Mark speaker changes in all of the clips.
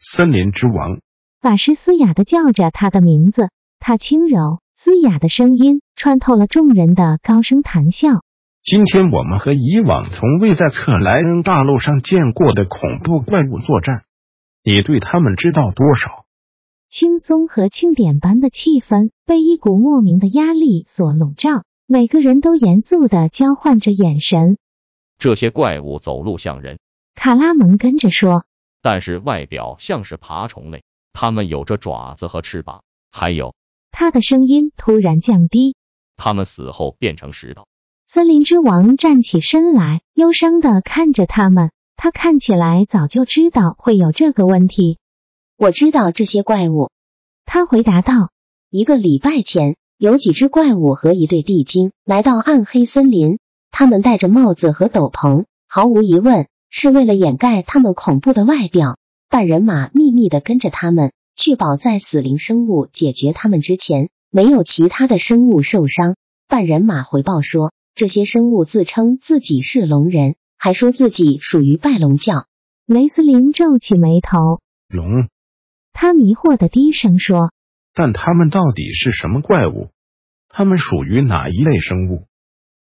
Speaker 1: 森林之王，
Speaker 2: 法师嘶哑的叫着他的名字，他轻柔嘶哑的声音穿透了众人的高声谈笑。
Speaker 1: 今天我们和以往从未在克莱恩大陆上见过的恐怖怪物作战，你对他们知道多少？
Speaker 2: 轻松和庆典般的气氛被一股莫名的压力所笼罩，每个人都严肃的交换着眼神。
Speaker 3: 这些怪物走路像人，
Speaker 2: 卡拉蒙跟着说
Speaker 3: 但是外表像是爬虫类，它们有着爪子和翅膀，还有，：“
Speaker 2: 他的声音突然降低。
Speaker 3: 它们死后变成石头。”
Speaker 2: 森林之王站起身来，忧伤的看着他们。他看起来早就知道会有这个问题。
Speaker 4: 我知道这些怪物。
Speaker 2: 他回答道。
Speaker 4: 一个礼拜前，有几只怪物和一对地精来到暗黑森林，他们戴着帽子和斗篷，毫无疑问是为了掩盖他们恐怖的外表。半人马秘密的跟着他们，确保在死灵生物解决他们之前，没有其他的生物受伤。半人马回报说，这些生物自称自己是龙人，还说自己属于拜龙教。
Speaker 2: 雷斯林皱起眉头，
Speaker 1: 龙，
Speaker 2: 他迷惑的低声说
Speaker 1: 但他们到底是什么怪物？他们属于哪一类生物？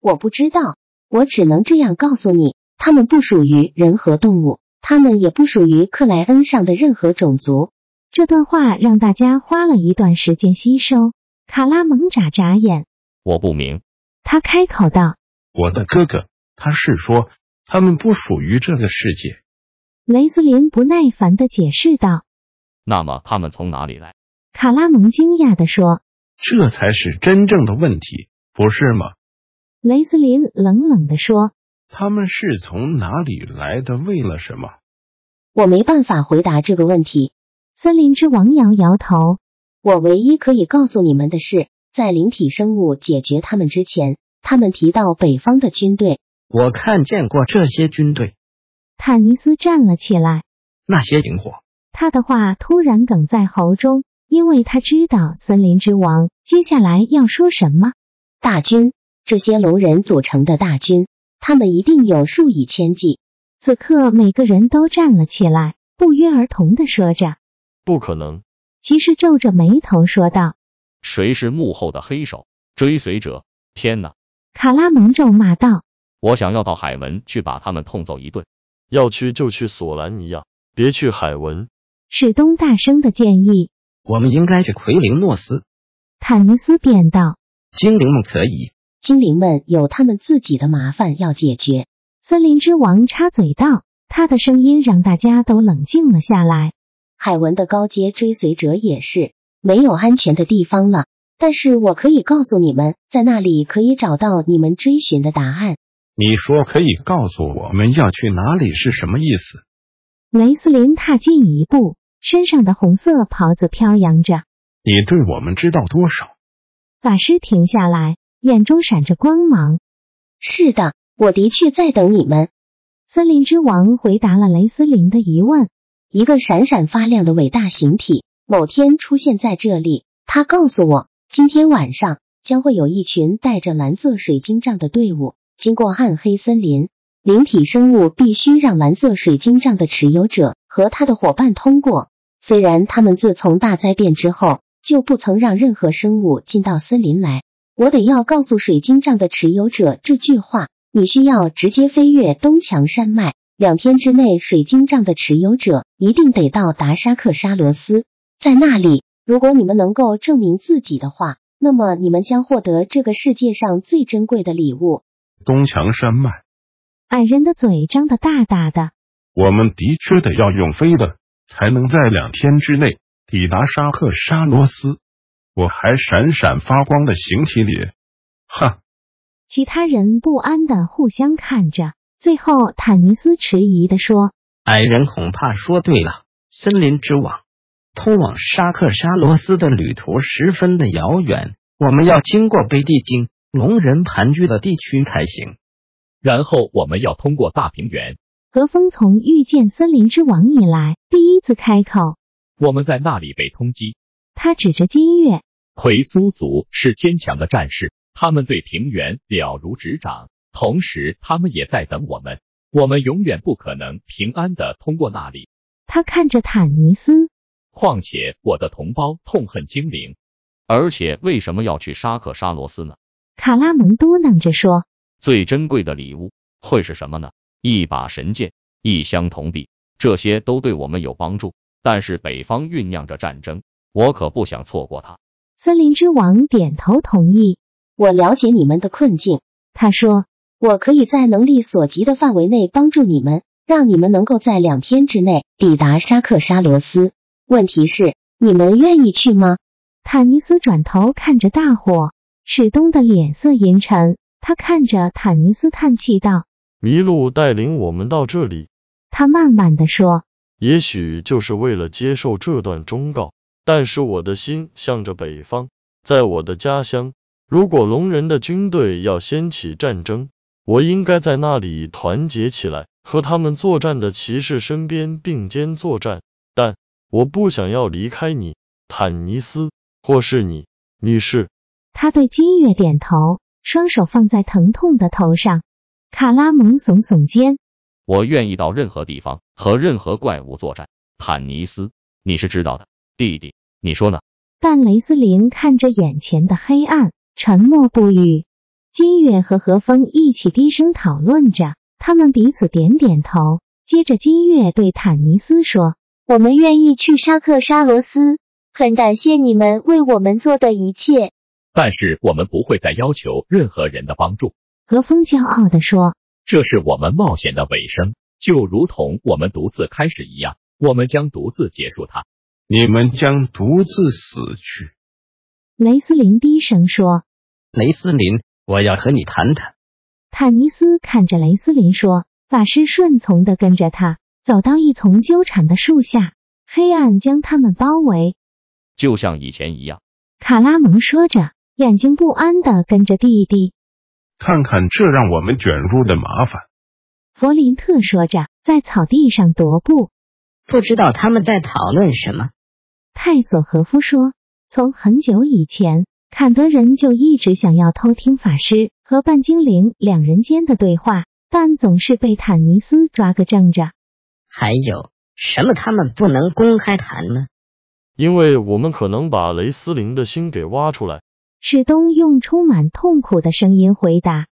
Speaker 4: 我不知道，我只能这样告诉你，他们不属于人和动物，他们也不属于克莱恩上的任何种族。：“
Speaker 2: 这段话让大家花了一段时间吸收。”卡拉蒙眨眨眼，
Speaker 3: 我不明，
Speaker 2: 他开口道
Speaker 1: 我的哥哥，他是说他们不属于这个世界。：“
Speaker 2: 雷斯林不耐烦的解释道。
Speaker 3: 那么它们从哪里来？”
Speaker 2: 卡拉蒙惊讶的说
Speaker 1: 这才是真正的问题，不是吗？：“
Speaker 2: 雷斯林冷冷的说。
Speaker 1: 他们是从哪里来的？为了什么？
Speaker 4: 我没办法回答这个问题。”
Speaker 2: 森林之王摇摇头，
Speaker 4: 我唯一可以告诉你们的是，在灵体生物解决他们之前，他们提到北方的军队。
Speaker 1: 我看见过这些军队，
Speaker 2: 坦尼斯站了起来，
Speaker 1: 那些萤火。
Speaker 2: 他的话突然哽在喉中，因为他知道森林之王接下来要说什么。
Speaker 4: 大军，这些龙人组成的大军，他们一定有数以千计。
Speaker 2: 此刻，每个人都站了起来，不约而同的说着。
Speaker 3: 不可能，
Speaker 2: 骑士皱着眉头说道。
Speaker 3: 谁是幕后的黑手、追随者？天哪！
Speaker 2: 卡拉蒙咒骂道
Speaker 3: 我想要到海文去把他们痛揍一顿。
Speaker 5: 要去就去索兰尼亚，别去海文。：“
Speaker 2: 史东大声的建议。
Speaker 1: 我们应该去奎林诺斯，”
Speaker 2: 坦尼斯便道。
Speaker 1: 精灵们可以。
Speaker 4: 精灵们有他们自己的麻烦要解决。
Speaker 2: 森林之王插嘴道，他的声音让大家都冷静了下来。
Speaker 4: 海文的高阶追随者也是没有安全的地方了。但是我可以告诉你们，在那里可以找到你们追寻的答案。
Speaker 1: 你说可以告诉我们要去哪里是什么意思？
Speaker 2: 雷斯林踏进一步，身上的红色袍子飘扬着。
Speaker 1: 你对我们知道多少？
Speaker 2: 法师停下来，眼中闪着光芒。
Speaker 4: 是的，我的确在等你们。
Speaker 2: 森林之王回答了雷斯林的疑问。
Speaker 4: 一个闪闪发亮的伟大形体，某天出现在这里。他告诉我，今天晚上将会有一群带着蓝色水晶杖的队伍经过暗黑森林。灵体生物必须让蓝色水晶杖的持有者和他的伙伴通过。虽然他们自从大灾变之后就不曾让任何生物进到森林来，我得要告诉水晶杖的持有者这句话：你需要直接飞越东墙山脉。两天之内，水晶杖的持有者一定得到达沙克沙罗斯，在那里，如果你们能够证明自己的话，那么你们将获得这个世界上最珍贵的礼物。
Speaker 1: 东墙山脉，
Speaker 2: 矮人的嘴张得大大的。
Speaker 1: 我们的确得要用飞的，才能在两天之内抵达沙克沙罗斯。我还闪闪发光的形体里，哈，
Speaker 2: 其他人不安的互相看着。最后，坦尼斯迟疑的说
Speaker 1: 矮人恐怕说对了，森林之网通往沙克沙罗斯的旅途十分的遥远，我们要经过北地经龙人盘踞的地区才行。
Speaker 3: 然后我们要通过大平原，
Speaker 2: 何风从遇见森林之王以来第一次开口，
Speaker 3: 我们在那里被通缉。
Speaker 2: 他指着金月，
Speaker 3: 奎苏族是坚强的战士，他们对平原了如指掌，同时他们也在等我们。我们永远不可能平安的通过那里。
Speaker 2: 他看着坦尼斯，
Speaker 3: 况且我的同胞痛恨精灵，而且为什么要去沙克沙罗斯呢？
Speaker 2: 卡拉蒙嘟囔着说
Speaker 3: 最珍贵的礼物会是什么呢？一把神剑，一箱铜币，这些都对我们有帮助。但是北方酝酿着战争，我可不想错过它。：“
Speaker 2: 森林之王点头同意。
Speaker 6: 我了解你们的困境。”
Speaker 2: 他说
Speaker 6: 我可以在能力所及的范围内帮助你们，让你们能够在两天之内抵达沙克沙罗斯。问题是，你们愿意去吗？：“
Speaker 2: 坦尼斯转头看着大火，史东的脸色阴沉。他看着坦尼斯叹气道，
Speaker 5: 麋鹿带领我们到这里，
Speaker 2: 他慢慢的说。
Speaker 5: 也许就是为了接受这段忠告。但是我的心向着北方，在我的家乡，如果龙人的军队要掀起战争，我应该在那里团结起来，和他们作战的骑士身边并肩作战。但我不想要离开你，坦尼斯，或是你，女士。
Speaker 2: 他对金月点头，双手放在疼痛的头上。卡拉蒙耸耸肩，
Speaker 3: 我愿意到任何地方和任何怪物作战。坦尼斯，你是知道的，弟弟，你说呢？
Speaker 2: 但雷斯林看着眼前的黑暗，沉默不语。金月和何风一起低声讨论着，他们彼此点点头。接着，金月对坦尼斯说
Speaker 7: 我们愿意去沙克沙罗斯，很感谢你们为我们做的一切。
Speaker 3: 但是我们不会再要求任何人的帮助，：“
Speaker 2: 何风骄傲地说，
Speaker 3: 这是我们冒险的尾声，就如同我们独自开始一样，我们将独自结束它。
Speaker 8: 你们将独自死去。
Speaker 2: 雷斯林低声说。
Speaker 1: 雷斯林，我要和你谈谈。”
Speaker 2: 坦尼斯看着雷斯林说，法师顺从地跟着他走到一丛纠缠的树下，黑暗将他们包围。
Speaker 3: 就像以前一样，
Speaker 2: 卡拉蒙说着，眼睛不安地跟着弟弟。
Speaker 8: 看看这让我们卷入的麻烦。
Speaker 2: 弗林特说着，在草地上踱步。
Speaker 9: 不知道他们在讨论什么。
Speaker 2: 泰索和夫说，从很久以前，坎德人就一直想要偷听法师和半精灵两人间的对话，但总是被坦尼斯抓个正着。
Speaker 9: 还有什么他们不能公开谈呢？
Speaker 5: 因为我们可能把雷斯林的心给挖出来。
Speaker 2: 史东用充满痛苦的声音回答。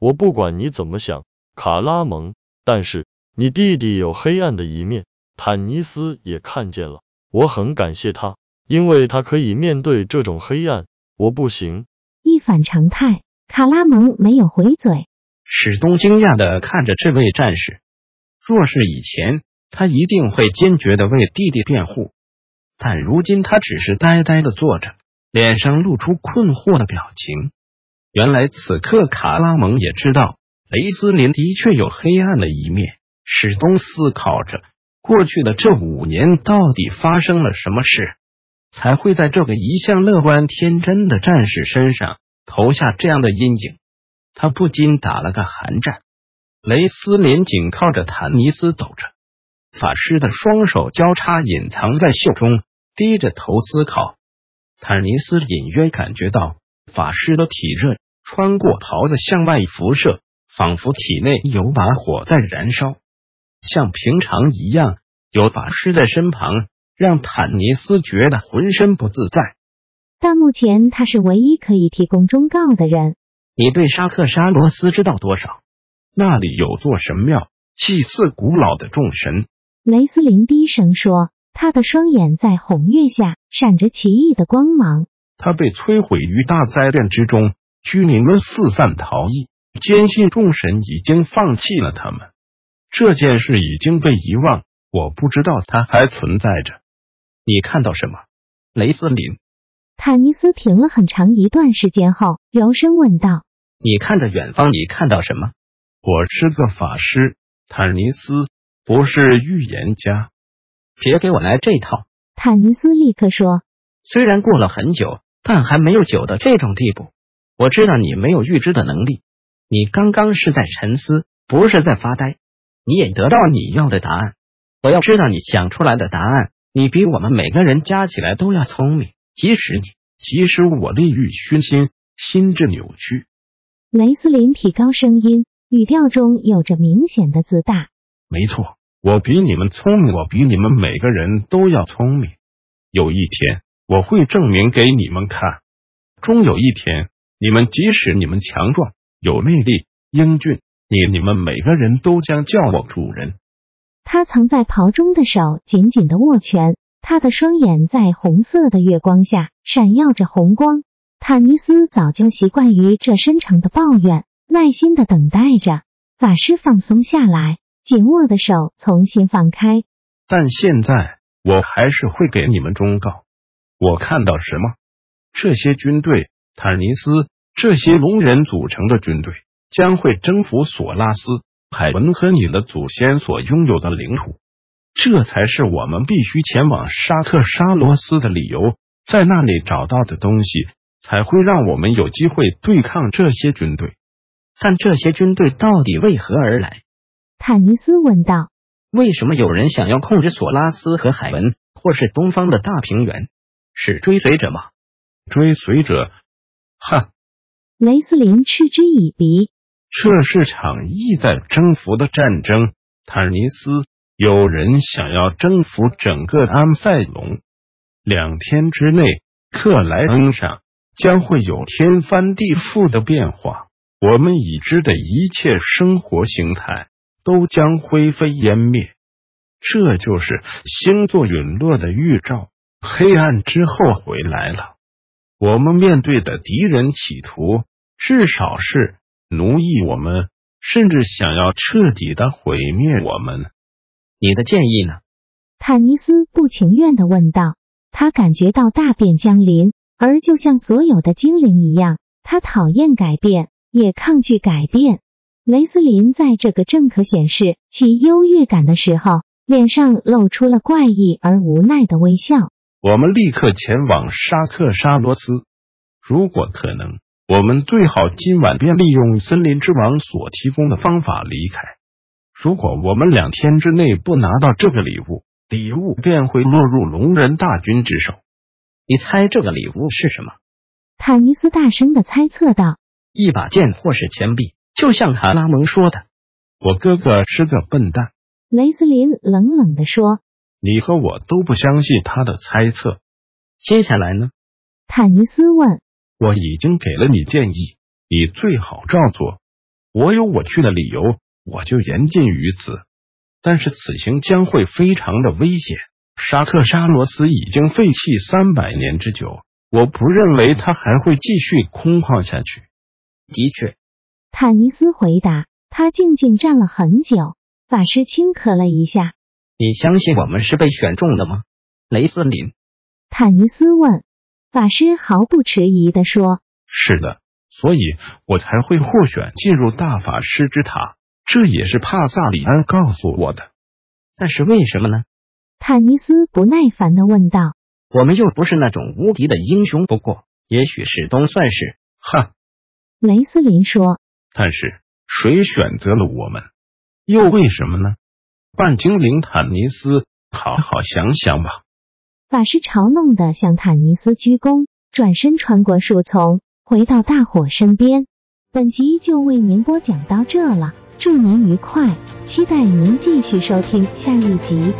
Speaker 5: 我不管你怎么想，卡拉蒙，但是你弟弟有黑暗的一面，坦尼斯也看见了。我很感谢他，因为他可以面对这种黑暗，我不行。
Speaker 2: 一反常态，卡拉蒙没有回嘴。
Speaker 1: 史东惊讶的看着这位战士，若是以前，他一定会坚决的为弟弟辩护，但如今他只是呆呆的坐着，脸上露出困惑的表情。原来此刻卡拉蒙也知道雷斯林的确有黑暗的一面。史东思考着，过去的这五年到底发生了什么事，才会在这个一向乐观天真的战士身上投下这样的阴影。他不禁打了个寒战。雷斯林紧靠着坦尼斯走着，法师的双手交叉隐藏在袖中，低着头思考。坦尼斯隐约感觉到法师的体热穿过袍子向外辐射，仿佛体内有把火在燃烧。像平常一样，有法师在身旁，让坦尼斯觉得浑身不自在。
Speaker 2: 但目前他是唯一可以提供忠告的人。
Speaker 1: 你对沙克沙罗斯知道多少？
Speaker 8: 那里有座神庙，祭祀古老的众神。
Speaker 2: 雷斯林低声说，他的双眼在红月下闪着奇异的光芒。
Speaker 8: 他被摧毁于大灾变之中，居民们四散逃逸，坚信众神已经放弃了他们。这件事已经被遗忘，我不知道它还存在着。
Speaker 1: 你看到什么？雷斯林，
Speaker 2: 坦尼斯停了很长一段时间后，柔声问道
Speaker 1: 你看着远方，你看到什么？
Speaker 8: 我是个法师，坦尼斯，
Speaker 1: 不是预言家。
Speaker 10: 别给我来这套！
Speaker 2: 坦尼斯立刻说
Speaker 10: 虽然过了很久，但还没有久到这种地步。我知道你没有预知的能力，你刚刚是在沉思，不是在发呆。你也得到你要的答案。我要知道你想出来的答案，你比我们每个人加起来都要聪明。即使你，
Speaker 1: 即使我利欲熏心，心智扭曲，：“
Speaker 2: 雷斯林提高声音，语调中有着明显的自大。
Speaker 1: 没错，我比你们聪明，我比你们每个人都要聪明。有一天，我会证明给你们看。终有一天，你们即使你们强壮、有魅力、英俊，你你们每个人都将叫我主人。”
Speaker 2: 他藏在袍中的手紧紧的握拳，他的双眼在红色的月光下闪耀着红光。坦尼斯早就习惯于这深长的抱怨，耐心的等待着。法师放松下来，紧握的手重新放开。
Speaker 1: 但现在我还是会给你们忠告。我看到什么？这些军队，坦尼斯这些龙人组成的军队将会征服索拉斯、海文和你的祖先所拥有的领土。这才是我们必须前往沙克沙罗斯的理由。在那里找到的东西，才会让我们有机会对抗这些军队。
Speaker 10: 但这些军队到底为何而来？
Speaker 2: 坦尼斯问道。
Speaker 10: 为什么有人想要控制索拉斯和海文，或是东方的大平原？是追随者吗？
Speaker 1: 追随者，哈，
Speaker 2: 雷斯林嗤之以鼻。
Speaker 1: 这是场意在征服的战争。坦尼斯，有人想要征服整个安塞龙。两天之内，克莱恩上将会有天翻地覆的变化。我们已知的一切生活形态都将灰飞烟灭。这就是星座陨落的预兆。黑暗之后回来了。我们面对的敌人企图，至少是奴役我们，甚至想要彻底的毁灭我们。
Speaker 10: 你的建议呢？
Speaker 2: 坦尼斯不情愿地问道。他感觉到大变降临，而就像所有的精灵一样，他讨厌改变，也抗拒改变。雷斯林在这个正可显示其优越感的时候，脸上露出了怪异而无奈的微笑。
Speaker 1: 我们立刻前往沙克沙罗斯。如果可能，我们最好今晚便利用森林之王所提供的方法离开。如果我们两天之内不拿到这个礼物，礼物便会落入龙人大军之手。
Speaker 10: 你猜这个礼物是什么？
Speaker 2: 坦尼斯大声地猜测道。
Speaker 10: 一把剑或是钱币，就像卡拉蒙说的。
Speaker 1: 我哥哥是个笨蛋，
Speaker 2: 雷斯林冷冷地说。
Speaker 1: 你和我都不相信他的猜测。
Speaker 10: 接下来呢？
Speaker 2: 坦尼斯问。
Speaker 1: 我已经给了你建议，你最好照做。我有我去的理由，我就言尽于此。但是此行将会非常的危险。沙克沙罗斯已经废弃三百年之久，我不认为它还会继续空旷下去。
Speaker 10: 的确，
Speaker 2: 坦尼斯回答。他静静站了很久。法师轻咳了一下。
Speaker 10: 你相信我们是被选中的吗？雷斯林，
Speaker 2: 坦尼斯问。法师毫不迟疑地说。
Speaker 1: 是的，所以我才会获选进入大法师之塔，这也是帕萨里安告诉我的。
Speaker 10: 但是为什么呢？
Speaker 2: 坦尼斯不耐烦地问道。
Speaker 10: 我们又不是那种无敌的英雄。不过，也许始终算是。
Speaker 1: 哈，
Speaker 2: 雷斯林说
Speaker 1: 但是谁选择了我们？又为什么呢？半精灵坦尼斯，好好想想吧。：“
Speaker 2: 法师嘲弄地向坦尼斯鞠躬，转身穿过树丛，回到大伙身边。”本集就为您播讲到这了，祝您愉快，期待您继续收听下一集。